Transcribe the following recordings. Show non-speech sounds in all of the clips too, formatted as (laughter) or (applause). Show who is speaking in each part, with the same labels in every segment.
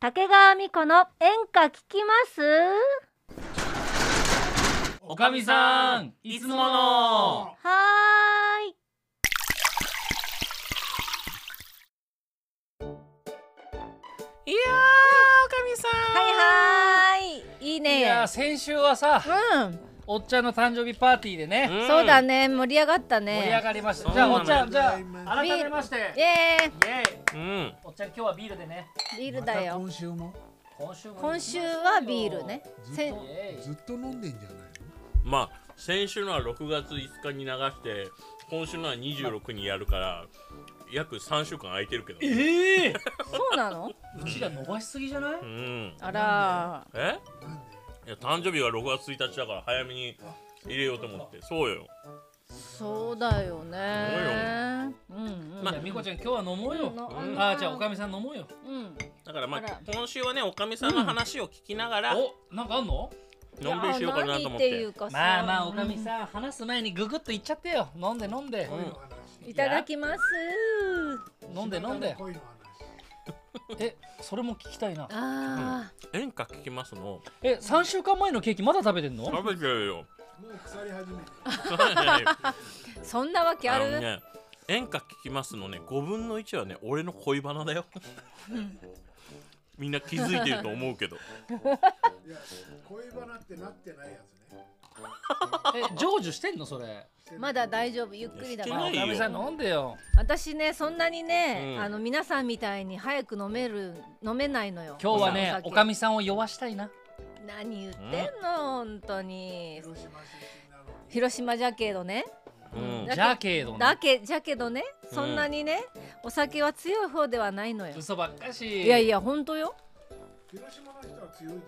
Speaker 1: 竹川美子の演歌聞きます
Speaker 2: おかみさんいつもの
Speaker 1: はーい
Speaker 2: いやーおかみさ
Speaker 1: はいはーいいい
Speaker 2: いや
Speaker 1: ね
Speaker 2: ー先週はさ
Speaker 1: う
Speaker 2: おっちゃんの誕生日パーティーでね、
Speaker 1: んそうだね盛り上がった
Speaker 2: 盛り上
Speaker 1: ね
Speaker 2: がりました、
Speaker 3: そう
Speaker 2: じゃあ
Speaker 3: なの
Speaker 2: おっちゃんじゃあ
Speaker 1: ビール
Speaker 2: 改めまして
Speaker 1: イエ
Speaker 2: イエーイ
Speaker 3: うん。
Speaker 2: おっちゃん今日はビールでね
Speaker 1: ービールだよ
Speaker 4: 今週も
Speaker 2: 今週も
Speaker 1: 今週はビールねせん
Speaker 2: イエー
Speaker 4: ずっと飲んでんじゃない
Speaker 3: まあ先週のは6月5日に流して、今週のは26にやるから、約三週間空いてるけど、ね。
Speaker 2: イえ
Speaker 1: そうなの
Speaker 2: ー、うちが伸ばしすぎじゃない
Speaker 3: うん。
Speaker 1: あら
Speaker 3: え？
Speaker 4: のなんで
Speaker 3: いや誕生日が6月1日だから早めに入れようと思って。そうよ。
Speaker 1: そうだよねうんうん
Speaker 2: まあ、みこちゃん今日は飲もうよ、
Speaker 1: うん
Speaker 2: あーじゃあおかみさん飲もうよ
Speaker 1: うん
Speaker 3: だからま
Speaker 1: あら
Speaker 3: あ今週はねおかみさんの話を聞きながら、
Speaker 2: おなんかあんの
Speaker 3: のんびりしようかなと思って。
Speaker 1: いや何ていうかさ
Speaker 2: まあまあおかみさん話す前にググっといっちゃってよ飲んで飲んで、
Speaker 4: 恋の
Speaker 1: いただきます
Speaker 2: 飲んで飲んで
Speaker 4: 話恋の
Speaker 2: えそれも聞きたいな
Speaker 1: あ
Speaker 3: 演歌聞きますの。
Speaker 2: え3週間前のケーキまだ食べてんの
Speaker 3: 食べてるよ。
Speaker 4: 話もう腐り始めて
Speaker 3: (laughs)
Speaker 1: ーそんなわけあ
Speaker 3: の
Speaker 1: る
Speaker 3: ね演歌聞きますのね5分の1はね俺の恋バナだよみんな気づいてると思うけど
Speaker 4: るいや恋バナってなってないやつね
Speaker 2: え成就してんのそれ
Speaker 1: まだ大丈夫ゆっくりだか
Speaker 3: いや
Speaker 1: ら
Speaker 3: してないよ
Speaker 2: おかみさん飲んでよ
Speaker 1: 私ねそんなにね、
Speaker 3: うん
Speaker 1: あの皆さんみたいに早く飲める飲めないのよ
Speaker 2: 今日はね
Speaker 1: お酒
Speaker 2: おかみさんを酔わしたいな
Speaker 1: 何言ってんの、本当に
Speaker 4: 広島出身なのに
Speaker 1: 広島じゃけどね
Speaker 3: うん
Speaker 1: だ
Speaker 2: じゃけど
Speaker 1: だ
Speaker 2: ね
Speaker 1: けじゃけどねそんなにね、お酒は強い方ではないのよ
Speaker 2: 嘘ばっかし
Speaker 1: いやい
Speaker 2: や
Speaker 1: や本当よ
Speaker 4: 広島の人は強いでし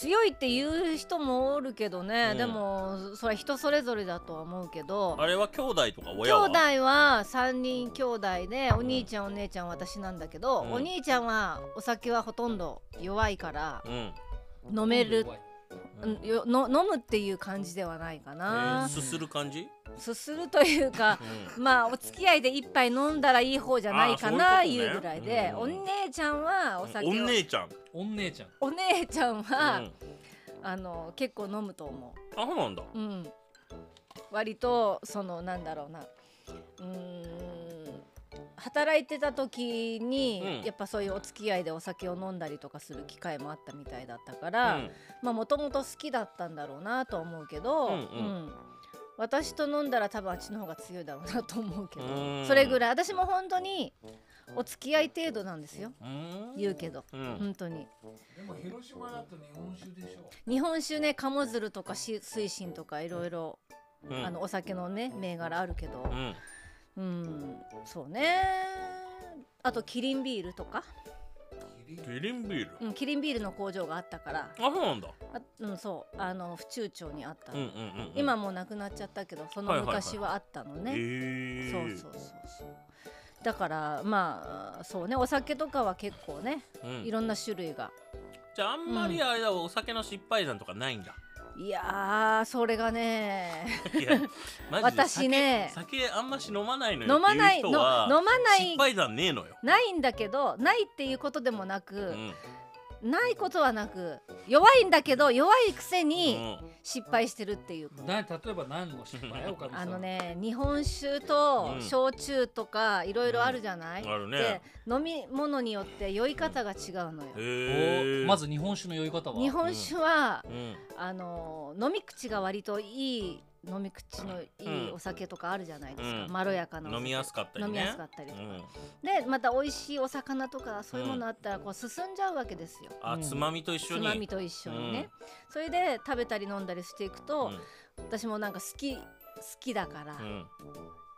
Speaker 1: 強いって言う人もおるけどね、
Speaker 3: うん
Speaker 1: でもそれは人それぞれだとは思うけど
Speaker 3: あれは兄弟とか
Speaker 1: 兄
Speaker 3: 親は
Speaker 1: 弟は3人兄弟でお兄ちゃんお姉ちゃん私なんだけど、
Speaker 3: うん
Speaker 1: お兄ちゃんはお酒はほとんど弱いから
Speaker 3: うん
Speaker 1: 飲める
Speaker 3: うん
Speaker 1: うんよの飲むっていう感じではないか
Speaker 3: え
Speaker 1: な
Speaker 3: ー、すする感じ、
Speaker 1: すするというか (laughs)
Speaker 3: うん
Speaker 1: まあお付き合いで一杯飲んだらいい方じゃないか
Speaker 3: あ
Speaker 1: な
Speaker 3: ーそう
Speaker 1: い
Speaker 3: いううこ
Speaker 1: ぐ
Speaker 3: とね
Speaker 1: らいで、
Speaker 3: うん
Speaker 1: お姉ちゃんはお酒を
Speaker 3: お姉ちゃん、
Speaker 2: おん姉ちゃん
Speaker 1: お姉ちゃんは、
Speaker 3: うん
Speaker 1: あの結構飲むと思
Speaker 3: あそうなんだ
Speaker 1: う、うん、割とそのなんだろうなうーん働いてた時に、
Speaker 3: うん
Speaker 1: やっぱそういうお付き合いでお酒を飲んだりとかする機会もあったみたいだったか
Speaker 3: う
Speaker 1: ら、
Speaker 3: ん
Speaker 1: まあもともと好きだったんだろうなとは思うけど、
Speaker 3: うんうん
Speaker 1: 私と飲んだら多分あっちの方が強いだろうなと思うけど
Speaker 3: うん
Speaker 1: それぐらい私も本当にお付き合い程度なんですよ
Speaker 3: うん
Speaker 1: 言うけど
Speaker 3: うん
Speaker 1: 本当に
Speaker 4: ょでも広島だと日本酒でしょ
Speaker 1: 日本酒ね鴨鶴とかし水深とかいろいろ
Speaker 3: うん
Speaker 1: あのお酒のね銘柄あるけど
Speaker 3: うん
Speaker 1: うんそうねあとキリンビールとか、
Speaker 4: キリン
Speaker 3: キリンビール
Speaker 1: うん、キリンビールの工場があったから
Speaker 3: あそうなんだ
Speaker 1: あうんそうあの府中町にあった
Speaker 3: うん
Speaker 1: の、
Speaker 3: うんうんうん
Speaker 1: 今もうなくなっちゃったけどその昔はあったのね、
Speaker 3: えー、
Speaker 1: そうそうそうそうだからまあそうねお酒とかは結構ね
Speaker 3: うん
Speaker 1: いろんな種類が、
Speaker 3: じゃああんまりあれだわお酒の失敗談とかないんだ
Speaker 1: いやーそれがね
Speaker 3: いやマジで
Speaker 1: 私ね
Speaker 3: 酒酒あんまし飲まないのよ
Speaker 1: 飲まない
Speaker 3: って
Speaker 1: の
Speaker 3: う
Speaker 1: 飲
Speaker 3: 人は
Speaker 1: まない
Speaker 3: 失敗談ねえのよ、
Speaker 1: ないんだけどないっていうことでもな
Speaker 3: う
Speaker 1: く、
Speaker 3: ん
Speaker 1: ないことはなく弱いんだけど弱いくせに
Speaker 3: うん
Speaker 1: 失敗してるっていう、
Speaker 2: な例えば何の失敗おかみさん
Speaker 1: あのね日本酒と
Speaker 3: うん
Speaker 1: 焼酎とかいろいろあるじゃない、
Speaker 3: あるね
Speaker 1: で飲み物によって酔い方が違うのよ、
Speaker 3: へえ
Speaker 2: おまず日本酒の酔い方は
Speaker 1: 日本酒は
Speaker 3: うん
Speaker 1: あの飲み口が割といい飲み口のいい
Speaker 3: うん
Speaker 1: お酒とかあるじゃないですか、
Speaker 3: うん
Speaker 1: まろやかなお酒
Speaker 3: 飲みやすかったりね
Speaker 1: 飲みやすかったりと
Speaker 3: う
Speaker 1: か、
Speaker 3: ん、
Speaker 1: でまた美味しいお魚とかそういうものあったらこう進んじゃうわけですよ、
Speaker 3: あ、
Speaker 2: うん
Speaker 3: つまみと一緒
Speaker 1: つ
Speaker 3: に
Speaker 1: まみと一緒にね、それで食べたり飲んだりしていくと、私もなんか好き好きだから、
Speaker 3: うんうん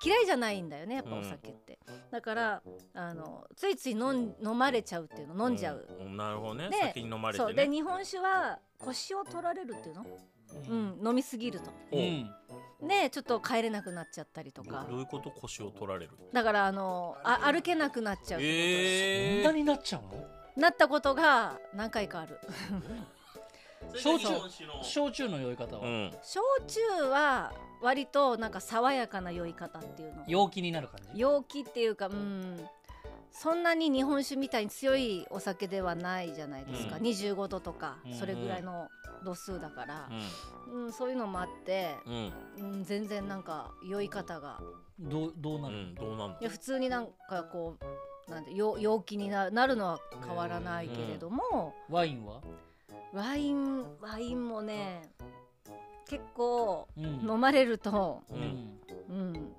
Speaker 1: 嫌いじゃないんだよねやっぱ
Speaker 3: うん
Speaker 1: お酒って、だからあのついつい飲ん飲まれちゃうっていうの飲んじゃう、
Speaker 3: うんなるほどね
Speaker 1: で
Speaker 3: 先に飲まれて
Speaker 1: そう
Speaker 3: ね
Speaker 1: で日本酒は腰を取られるっていうの、
Speaker 2: う、
Speaker 1: うんん、飲みすぎると
Speaker 3: お
Speaker 2: うん
Speaker 1: ねちょっと帰れなくなっちゃったりとか
Speaker 3: どういうこと腰を取られる
Speaker 1: だからあのあ歩けなくなっちゃうってことです、
Speaker 3: え
Speaker 2: そんな
Speaker 3: ー、
Speaker 2: になっちゃうの
Speaker 1: なったことが何回かある
Speaker 2: 焼酎
Speaker 3: 酎
Speaker 2: 焼酎の酔い方は、
Speaker 3: うん
Speaker 1: 焼酎は割となんか爽やかな酔い方っていうの
Speaker 2: 陽気になる感じ
Speaker 1: 陽気っていうかうんそんなに日本酒みたいに強いお酒ではないじゃないですか、
Speaker 3: うん
Speaker 1: 25度とか
Speaker 3: うんうん
Speaker 1: それぐらいの度数だから、うんそういうのもあって、
Speaker 3: うんうん
Speaker 1: うん、全然なんか酔い方が
Speaker 2: どうどう
Speaker 3: う
Speaker 2: なる、
Speaker 3: んどうなんだ
Speaker 1: いや普通になんかこうなんてよ陽気にななるのは変わらないけれども、
Speaker 2: ワインは、
Speaker 1: ワインワインもね結構
Speaker 2: うん
Speaker 1: 飲まれると、
Speaker 2: う
Speaker 3: うんん
Speaker 1: うん、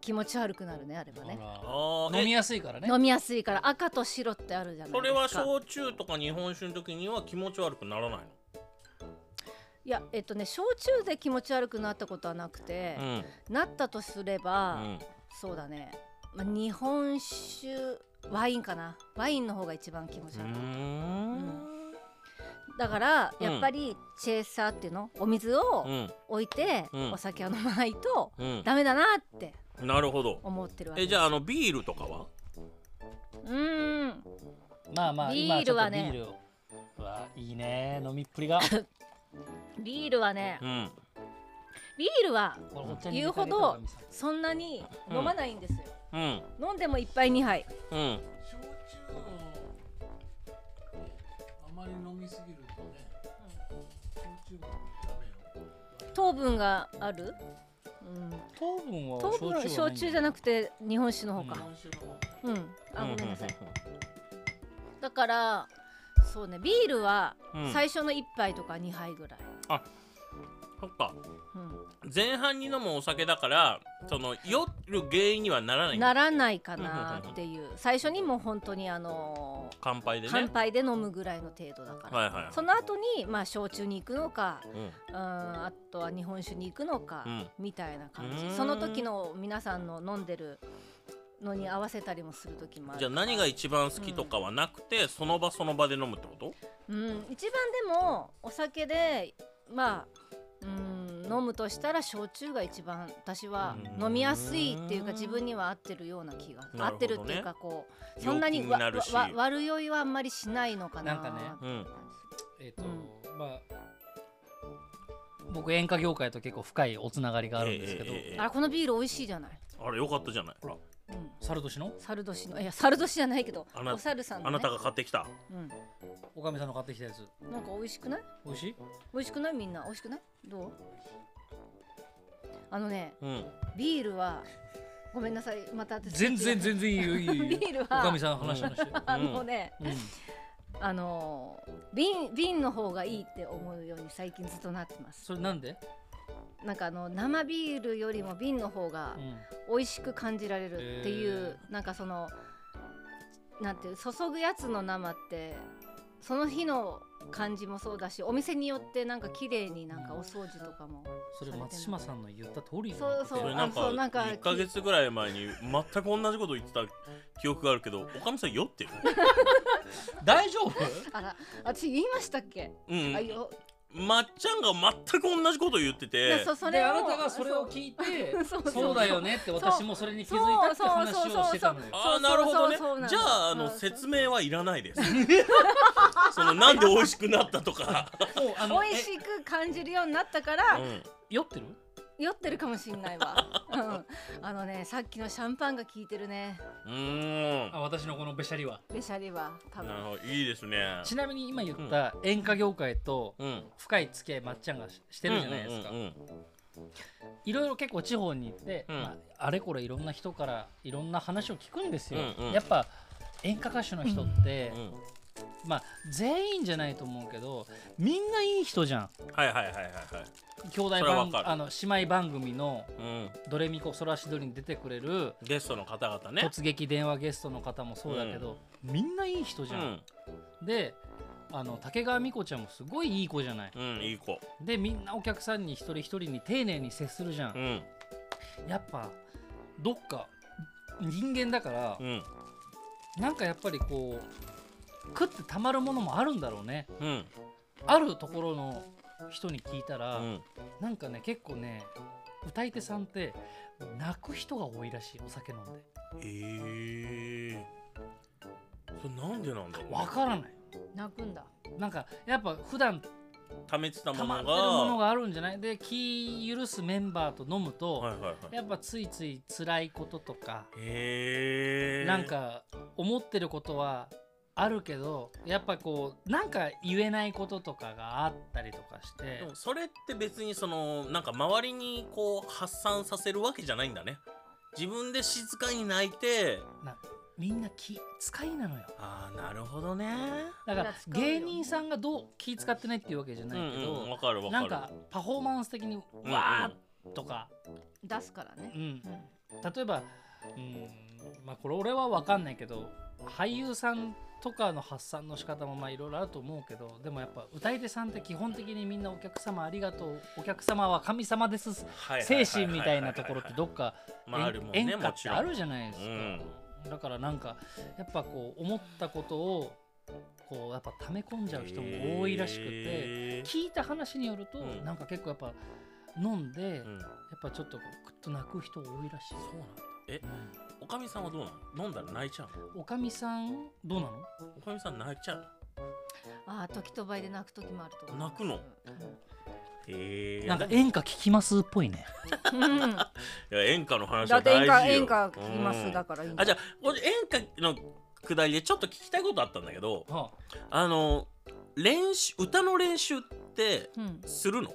Speaker 1: 気持ち悪くなるねあればね
Speaker 2: ほ
Speaker 3: あ
Speaker 2: ら
Speaker 3: あ
Speaker 2: 飲みやすいからね
Speaker 1: 飲みやすいから赤と白ってあるじゃないですか
Speaker 3: それは焼酎とか日本酒の時には気持ち悪くならない
Speaker 1: いやえっとね焼酎で気持ち悪くなったことはなくて、
Speaker 3: の
Speaker 1: なったとすれ
Speaker 3: う
Speaker 1: ば、
Speaker 3: ん
Speaker 1: そうだね、まあ、日本酒ワインかなワインの方が一番気持ち
Speaker 3: う
Speaker 1: 悪い、
Speaker 3: ん
Speaker 1: だから
Speaker 3: うん
Speaker 1: やっぱりチェーサーっていうのお水を
Speaker 3: うん
Speaker 1: 置いて、
Speaker 3: うん
Speaker 1: お酒を飲まないと
Speaker 3: うん
Speaker 1: ダメだなって
Speaker 3: なるほど
Speaker 1: 思ってるわけ
Speaker 3: え
Speaker 1: です
Speaker 3: じゃああのビールとかは
Speaker 1: うーん
Speaker 2: まあまあ
Speaker 1: ビール
Speaker 2: 今ちょっと
Speaker 1: はね
Speaker 2: ビールをうわいいね飲みっ
Speaker 1: (laughs)
Speaker 2: ぷりが
Speaker 1: ビールはね
Speaker 3: うん
Speaker 1: ビールは
Speaker 2: これお茶に
Speaker 1: 言うほ
Speaker 2: 入れて
Speaker 1: ど
Speaker 2: あげたら神様
Speaker 1: そんなに飲まないんですよ、
Speaker 3: うん
Speaker 1: 飲んでも一杯二杯
Speaker 3: うん
Speaker 4: 焼酎をあまり飲みすぎるとね、焼酎もダメよ
Speaker 1: 糖分がある、うん、
Speaker 2: 糖分は
Speaker 1: 糖分焼酎じゃ
Speaker 2: な
Speaker 1: なくて日本酒の方
Speaker 2: う
Speaker 1: か
Speaker 2: ん
Speaker 4: 日本酒の
Speaker 1: うん、あごめんなさい、
Speaker 3: い
Speaker 1: だからそうねビールは
Speaker 3: うん
Speaker 1: 最初の1杯とか2杯ぐらい、
Speaker 3: そっか
Speaker 1: うん
Speaker 3: 前半に飲むお酒だからその酔る原因にはならないんだ
Speaker 1: ならないかなっていう最初にもう本当にあの
Speaker 3: 乾杯
Speaker 1: ー
Speaker 3: でね
Speaker 1: 乾杯で飲むぐらいの程度だから、
Speaker 3: はいはい
Speaker 1: その後にまあ焼酎に行くのか
Speaker 3: うん
Speaker 1: うんあとは日本酒に行くのか、
Speaker 3: うん
Speaker 1: みたいな感じ
Speaker 3: うーん
Speaker 1: その時の皆さんの飲んでるのに合わせたりもする時もある
Speaker 3: じゃあ何が一番好きとかはなくてその場その場で飲むってこと
Speaker 1: うん、一番でもお酒でまあうん飲むとしたら焼酎が一番私は
Speaker 3: うん
Speaker 1: 飲みやすいっていうか自分には合ってるような気が、
Speaker 3: ほどね
Speaker 1: 合ってるっていうかこうそんなに
Speaker 3: 陽気
Speaker 1: わ
Speaker 3: になるし
Speaker 1: わわ悪酔いはあんまりしないのかな
Speaker 2: なんかね
Speaker 3: うん
Speaker 2: えっ、と、まあ僕演歌業界と結構深いおつながりがあるんですけど、
Speaker 3: えええええ
Speaker 1: あこのビール美味しいじゃない、
Speaker 3: あれよかったじゃない
Speaker 1: うん、
Speaker 2: 猿年の
Speaker 1: 猿年のいや猿年じゃないけど
Speaker 3: あな
Speaker 1: お猿さんの、ね、
Speaker 3: あなたが買ってきた
Speaker 1: う
Speaker 2: おかみさんの買ってきたやつ
Speaker 1: ん、なんか美味しくない
Speaker 2: 美味しい
Speaker 1: 美味しくないみんな美味しくないどうあのね
Speaker 3: うん
Speaker 1: ビールはごめんなさいまた私
Speaker 2: 全然全然いいよいいよいい
Speaker 1: ビ
Speaker 2: よ
Speaker 1: ールは
Speaker 2: おかみさんの話話
Speaker 1: (laughs)
Speaker 2: して、
Speaker 1: あのね、
Speaker 2: うん、
Speaker 1: あのー瓶瓶の方がいいって思うように最近ずっとなってます
Speaker 2: それなんで、
Speaker 1: なんかあの生ビールよりも瓶の方が
Speaker 2: うん
Speaker 1: 美味しく感じられるっていう、なんかそのなんていう注ぐやつの生ってその日の感じもそうだしお店によってなんか綺麗になんかお掃除とかも、
Speaker 2: それ松島さんの言った通りよ
Speaker 1: そうそう
Speaker 3: それなん
Speaker 1: あそうな
Speaker 3: か
Speaker 1: んか
Speaker 3: 1か月ぐらい前に全く同じこと言ってた記憶があるけどおかみさん酔ってる
Speaker 2: 大丈夫
Speaker 1: あら私言いましたっけ、
Speaker 3: う
Speaker 1: あ
Speaker 3: ん
Speaker 1: よ
Speaker 3: まっちゃんが全く同じこと言って
Speaker 1: いや
Speaker 3: て
Speaker 1: そそ
Speaker 2: で
Speaker 1: れを
Speaker 2: あなたがそれ
Speaker 1: そ
Speaker 2: を
Speaker 1: う
Speaker 2: 聞いて
Speaker 1: (laughs) そうそう
Speaker 2: そうだよねって私もそれに気づいたって話をしてたのよ
Speaker 1: そう
Speaker 3: ああなるほどね
Speaker 1: そうそうそうなん
Speaker 3: じ
Speaker 1: です
Speaker 3: ゃああ
Speaker 1: うん
Speaker 3: の
Speaker 1: そう
Speaker 3: 説明はいらな
Speaker 1: (laughs)
Speaker 3: いですそのなんで美味しくなった
Speaker 1: (laughs)
Speaker 3: とか、
Speaker 2: もうあの
Speaker 1: 美味
Speaker 2: え
Speaker 1: しく感じるようになったから、
Speaker 3: うん
Speaker 2: 酔ってる
Speaker 1: 酔ってるかもしんないわ、うん、あのねさっきのシャンパンが効いてるね
Speaker 3: うーん
Speaker 2: あ私のこのべしゃりは
Speaker 1: ベシャリは多
Speaker 3: なる
Speaker 1: 分
Speaker 3: ほどいいですね
Speaker 2: ちなみに今言った演歌業界と
Speaker 3: うん
Speaker 2: 深い付き合いまっちゃんがししてるじゃないですか
Speaker 3: うんうんうん
Speaker 2: いろいろ結構地方に行って、
Speaker 3: うん
Speaker 2: まあ、あれこれいろんな人からいろんな話を聞くんですよ、
Speaker 3: うんうん
Speaker 2: やっぱ演歌歌手の人って、
Speaker 3: うん
Speaker 2: まあ全員じゃないと思うけどみんないい人じゃん
Speaker 3: はいはいはいはいはい
Speaker 2: 兄弟
Speaker 3: それはわ
Speaker 2: 番
Speaker 3: かる
Speaker 2: あの姉妹番組の
Speaker 3: うん
Speaker 2: 「ドレミコソラシドリ」に出てくれる
Speaker 3: ゲストの方々ね
Speaker 2: 突撃電話ゲストの方もそうだけど、みんないい人じゃん、であの竹川美子ちゃんもすごいいい子じゃない
Speaker 3: うんうんいい子
Speaker 2: でみんなお客さんに一人一人に丁寧に接するじゃ、
Speaker 3: うんん
Speaker 2: やっぱどっか人間だから
Speaker 3: う、ん
Speaker 2: なんかやっぱりこう食ってたまるものもあるんだろうね
Speaker 3: うん
Speaker 2: あるところの人に聞いた
Speaker 3: う
Speaker 2: ら、
Speaker 3: ん
Speaker 2: なんかね結構ね歌い手さんって泣く人が多いらしいお酒飲んで
Speaker 3: ええそれなんでなんだろうね
Speaker 2: わからない
Speaker 1: 泣くんだ
Speaker 2: なんかやっぱ普段
Speaker 3: 溜めてた
Speaker 2: 溜
Speaker 3: も
Speaker 2: まっ
Speaker 3: の
Speaker 2: て
Speaker 3: が
Speaker 2: るものがあるんじゃないで気許すメンバーと飲むと、
Speaker 3: はいはいはい
Speaker 2: やっぱついつい辛いこととか、
Speaker 3: へえ
Speaker 2: なんか思ってることはあるけどやっぱこうなんか言えないこととかがあったりとかして
Speaker 3: でもそれって別にそのなんか周りにこう発散させるわけじゃないんだね自分で静かに泣いて
Speaker 2: みんな気使いなのよ
Speaker 3: ああなるほどね
Speaker 2: だから
Speaker 1: そりゃ使うよ
Speaker 2: 芸人さんがどう気使ってないっていうわけじゃ
Speaker 3: う
Speaker 2: なんいけど、
Speaker 3: うんわかるわかる
Speaker 2: なんかパフォーマンス的に
Speaker 3: うん
Speaker 2: わーとか、
Speaker 1: 出すからね
Speaker 2: う。ん
Speaker 1: うん
Speaker 2: 例えばうんまあこれ俺は分かんないけど俳優さんとかの発散の仕方もまあいろいろあると思うけどでもやっぱ歌い手さんって基本的にみんなお客様ありがとうお客様は神様です
Speaker 3: はいはいはいはいはい
Speaker 2: 精神みたいなところってどっか
Speaker 3: まああるもん
Speaker 2: 演
Speaker 3: ね
Speaker 2: 演歌
Speaker 3: も
Speaker 2: っ
Speaker 3: ち
Speaker 2: て
Speaker 3: ろん
Speaker 2: あるじゃないですか、
Speaker 3: うん
Speaker 2: だからなんかやっぱこう思ったことをこうやっぱ溜め込んじゃう人も多いらしくて、
Speaker 3: へー
Speaker 2: 聞いた話によると、
Speaker 3: うん
Speaker 2: なんか結構やっぱ飲んで、
Speaker 3: う
Speaker 2: やっ
Speaker 3: ん
Speaker 2: ぱちょっとこうクッと泣く人多いらしい
Speaker 3: そうなんだえ
Speaker 2: う、ん
Speaker 3: おかみさんはどうなの飲んだら泣いちゃう
Speaker 2: おかみさんどうなの
Speaker 3: のおかみさん泣いちゃうの
Speaker 1: ああ時と場合で泣く時もあると思う。
Speaker 3: 泣くのへえ
Speaker 2: なんか演歌聞きますっぽいね
Speaker 1: うん。
Speaker 3: (laughs)
Speaker 1: うん
Speaker 3: いや演歌の話
Speaker 1: だ
Speaker 3: は
Speaker 1: って演
Speaker 3: 大事よ
Speaker 1: 歌演歌聞きます、
Speaker 3: うん
Speaker 1: だからいいんだ
Speaker 3: あじゃあ俺演歌のくだりでちょっと聞きたいことあったんだけど
Speaker 2: は
Speaker 3: あの練習歌の練習って
Speaker 1: うん、
Speaker 3: するの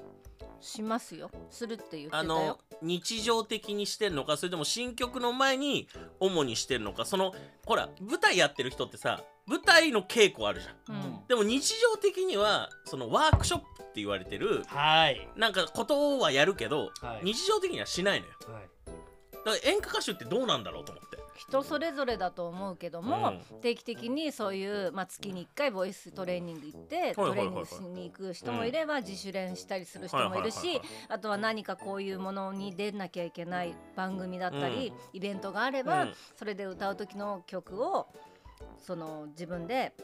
Speaker 1: しますよ。するって言ってた
Speaker 3: あ
Speaker 1: よ
Speaker 3: の。日常的にしてんのかそれとも新曲の前に主にしてんのかそのほら舞台やってる人ってさ舞台の稽古あるじゃん
Speaker 1: う
Speaker 2: うんん、
Speaker 3: でも日常的にはそのワークショップって言われてる
Speaker 2: はい
Speaker 3: なんかことはやるけど、
Speaker 2: はい
Speaker 3: 日常的にはしないのよ
Speaker 2: はい
Speaker 3: だから演歌歌手ってどうなんだろうと思って
Speaker 1: 人それぞれだと思うけども、定期的にそういう、まあ、月に1回ボイストレーニング行って
Speaker 3: はいはい
Speaker 1: トレーニングしに行く人もいれば、自主練したりする人もいるし、
Speaker 3: はいはいはい
Speaker 1: あとは何かこういうものに出なきゃいけない番組だったり、イベントがあれば、
Speaker 3: うん
Speaker 1: それで歌う時の曲をその自分で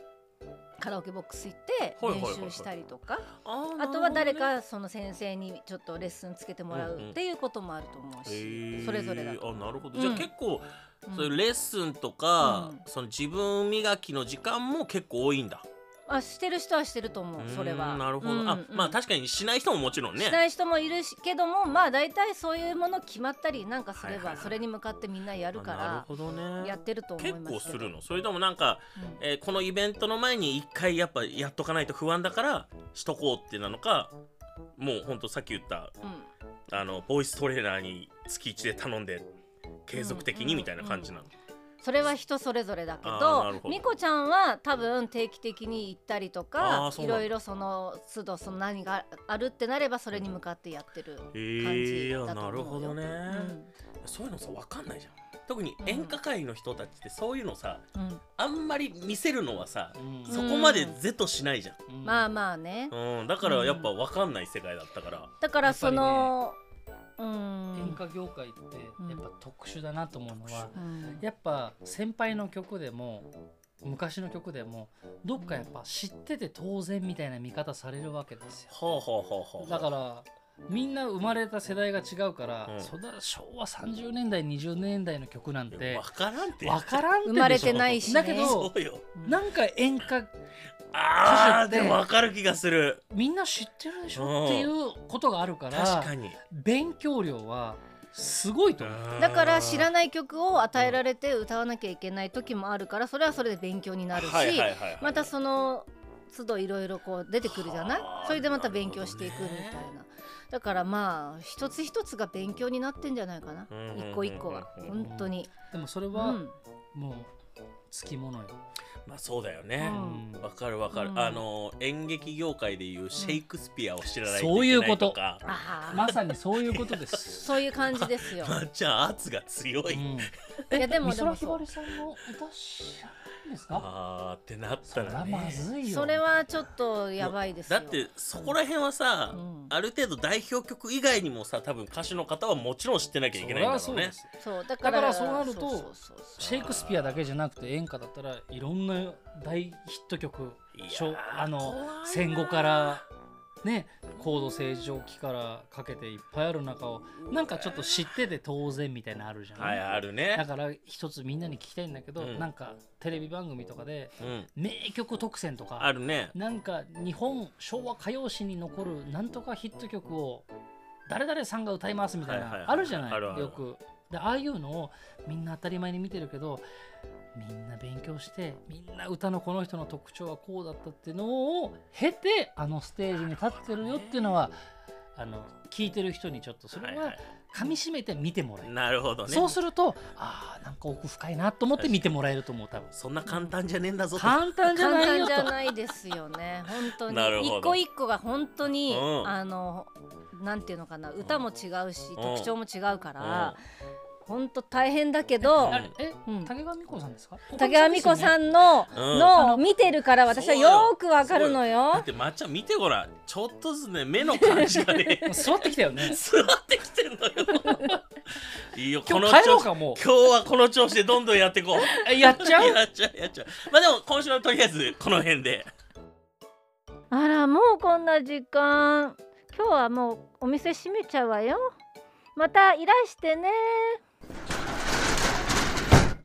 Speaker 1: カラオケボックス行って
Speaker 3: はいはいはいはい
Speaker 1: 練習したりとか、
Speaker 3: あー
Speaker 1: あとは
Speaker 3: な
Speaker 1: 誰
Speaker 3: るほどね
Speaker 1: かその先生にちょっとレッスンつけてもらうっていうこともあると思うし、
Speaker 3: へー
Speaker 1: それぞれだと。
Speaker 3: あなるほ
Speaker 1: う
Speaker 3: ど、
Speaker 1: ん
Speaker 3: じゃあ結構、
Speaker 1: うん
Speaker 3: そういうレッスンとか、
Speaker 1: うん
Speaker 3: その自分磨きの時間も結構多いんだ、
Speaker 1: あしてる人はしてると思うそれ
Speaker 3: う
Speaker 1: は
Speaker 3: んなるほど、
Speaker 1: うん
Speaker 3: あまあ
Speaker 1: うん
Speaker 3: 確かにしない人ももちろんね
Speaker 1: しない人もいるしけどもまあ大体そういうもの決まったりなんかすれ
Speaker 3: はいはい
Speaker 1: ば
Speaker 3: はい
Speaker 1: それに向かってみんなやる
Speaker 3: あなる
Speaker 1: か
Speaker 3: ほど
Speaker 1: ら
Speaker 3: ね
Speaker 1: やってると思い
Speaker 3: 結
Speaker 1: ます
Speaker 3: 構す
Speaker 1: けど
Speaker 3: るのそれともなんか、
Speaker 1: うん
Speaker 3: えーこのイベントの前に一回やっぱやっとかないと不安だからしとこうってなのかもうほんとさっき言った
Speaker 1: うん
Speaker 3: あのボイストレーナーに月1で頼んで継続的
Speaker 1: うんうん
Speaker 3: にみたいな感じなの、
Speaker 1: それは人それぞれだけ
Speaker 3: あーなる
Speaker 1: ど
Speaker 3: ほど
Speaker 1: みこちゃんは多分定期的に行ったりと
Speaker 3: あー
Speaker 1: か
Speaker 3: そう
Speaker 1: い
Speaker 3: なんだ
Speaker 1: ろいろその都度その何があるってなればそれに向かってやってる、
Speaker 3: え
Speaker 1: じ
Speaker 3: ー、
Speaker 1: だと思うよ
Speaker 3: なるほどね、
Speaker 1: うん
Speaker 3: そういうのさ分かんないじゃん特に演歌界の人たちってそういうのさ
Speaker 1: うん
Speaker 3: あんまり見せるのはさ、
Speaker 2: うん
Speaker 3: そこまで是としないじゃん、
Speaker 2: うん
Speaker 1: まあまあね
Speaker 3: うん、だからやっぱ分かんない世界だったから、
Speaker 1: だからその、う
Speaker 2: 演
Speaker 1: ん
Speaker 2: 歌業界って
Speaker 1: うん
Speaker 2: やっぱ特殊だなと思うのは、
Speaker 1: うん
Speaker 2: やっぱ先輩の曲でも昔の曲でもどっかやっぱ知ってて当然みたいな見方されるわけですよ
Speaker 3: はあはあはあはあ
Speaker 2: だからみんな生まれた世代が違うから、
Speaker 3: うん
Speaker 2: そんな昭和30年代20年代の曲なん
Speaker 3: い
Speaker 2: て
Speaker 3: や分からんって
Speaker 2: 分からんって
Speaker 1: 生まれてないしね
Speaker 2: だけ
Speaker 3: そ
Speaker 2: ど
Speaker 3: うよ
Speaker 2: なんか演歌
Speaker 3: あー
Speaker 2: 歌手
Speaker 3: で
Speaker 2: って
Speaker 3: も分かる気がする
Speaker 2: みんな知ってるでし
Speaker 3: うん
Speaker 2: ょっていうことがあるから
Speaker 3: 確かに
Speaker 2: 勉強量はすごいと思う。
Speaker 1: だから知ら
Speaker 3: な
Speaker 1: ない曲を与えられて歌わなきゃいけない時もあるからそれはそれで勉強になるし、
Speaker 3: はいはいはいはい、
Speaker 1: またその都度いろいろこう出てくるじゃない
Speaker 3: はあ
Speaker 1: それでまた勉強していくみたい
Speaker 3: なる
Speaker 1: な
Speaker 3: ほど
Speaker 1: だからまあ一つ一つが勉強になってんじゃないかな
Speaker 3: うんうんうんうん
Speaker 1: 一個一個が本当に、
Speaker 2: でもそれ
Speaker 1: う
Speaker 2: は
Speaker 1: ん、
Speaker 2: もうつきものよ。
Speaker 3: まあそうだよね、
Speaker 1: うん
Speaker 3: わかるわかる、
Speaker 1: うん
Speaker 3: あの演劇業界でいうシェイクスピアを知らないと
Speaker 2: そうい
Speaker 3: いうけな
Speaker 2: こ
Speaker 3: い
Speaker 2: と
Speaker 3: とか
Speaker 1: ああ
Speaker 2: まさにそういうことです。
Speaker 1: そういう感じです
Speaker 3: (laughs)
Speaker 1: よ
Speaker 3: まあじゃあ圧が強い、
Speaker 2: う
Speaker 1: い
Speaker 2: ん
Speaker 1: やでもで
Speaker 2: 美空
Speaker 1: も
Speaker 2: ひ
Speaker 1: そ
Speaker 2: ば
Speaker 1: う
Speaker 2: りさんの歌知らないんですか
Speaker 3: あーってなっ
Speaker 2: そ
Speaker 3: た
Speaker 2: れ
Speaker 3: ら
Speaker 2: は
Speaker 3: ね
Speaker 2: まずいよ。
Speaker 1: それはちょっとやばいですよ
Speaker 3: だってそこら辺はさ、
Speaker 1: うん
Speaker 3: ある程度代表曲以外にもさ多分歌手の方はもちろん知ってなきゃいけないんだろ
Speaker 2: そうりゃそう
Speaker 3: ね
Speaker 2: です
Speaker 1: そうだから
Speaker 2: だからそうなると
Speaker 1: そうそうそう
Speaker 2: シェイクスピアだけじゃなくて演歌だったらいろんな大ヒット曲
Speaker 3: いやー
Speaker 2: しょあ
Speaker 3: 怖い
Speaker 2: の
Speaker 3: な
Speaker 2: 戦後からね高度成長期からかけていっぱいある中をなんかちょっと知ってて当然みたいなのあるじゃん、
Speaker 3: はいある
Speaker 2: だ
Speaker 3: ね
Speaker 2: から一つみんなに聞きたいんだけど、
Speaker 3: うん
Speaker 2: なんかテレビ番組とかで
Speaker 3: うん
Speaker 2: 名曲特選と
Speaker 3: あ
Speaker 2: か
Speaker 3: るね
Speaker 2: なんか日本昭和歌謡史に残るなんとかヒット曲を誰々さんが歌いますみたい
Speaker 3: はいはいはい
Speaker 2: なあるじゃない
Speaker 3: あるある
Speaker 2: よくでああいうのをみんな当たり前に見てるけどみんな勉強してみんな歌のこの人の特徴はこうだったっていうのを経てあのステージに立ってるよっていうのはあの聞いてる人にちょっとそ
Speaker 3: は
Speaker 2: れ
Speaker 3: い
Speaker 2: は
Speaker 3: は
Speaker 2: 噛みしめて見てもらえる
Speaker 3: いなるほどね
Speaker 2: そうするとああなんか奥深いなと思って見てもらえると思う多分
Speaker 3: そんな簡単じゃねえんだぞと
Speaker 2: 簡単じゃ
Speaker 1: 簡
Speaker 2: ない
Speaker 1: 単
Speaker 2: よ
Speaker 1: じゃ
Speaker 2: と
Speaker 1: ないですよね本当
Speaker 3: なる
Speaker 1: に
Speaker 3: ほど
Speaker 1: 一個一個が本当に、
Speaker 3: うん
Speaker 1: あのなんていうのかな歌も違うし、
Speaker 3: ん
Speaker 1: 特徴も違うか
Speaker 3: う
Speaker 1: ら、本当大変だけど、
Speaker 2: あれえ
Speaker 1: うん
Speaker 2: 竹川美子さんですか
Speaker 1: 竹川美子
Speaker 2: ん
Speaker 1: さんの、
Speaker 3: うん
Speaker 1: のを見てるから私はよーくわかるの
Speaker 3: だ
Speaker 1: よ
Speaker 3: ってまっちゃん見てごらんちょっとずつね目の感じ
Speaker 2: (laughs)
Speaker 3: がね
Speaker 2: 座ってきたよね
Speaker 3: 座ってきてんのよいいよ
Speaker 2: 今
Speaker 3: (laughs) この
Speaker 2: 日帰ろう
Speaker 3: 調子今
Speaker 2: かも
Speaker 3: 日はこの調子でどんどんやっていこう
Speaker 2: うやっちゃう
Speaker 3: (laughs) やっちゃうやっちゃうまあでも今週はとりあえずこの辺で
Speaker 1: あらもうこんな時間今日はもうお店閉めちゃうわよまたいらしてね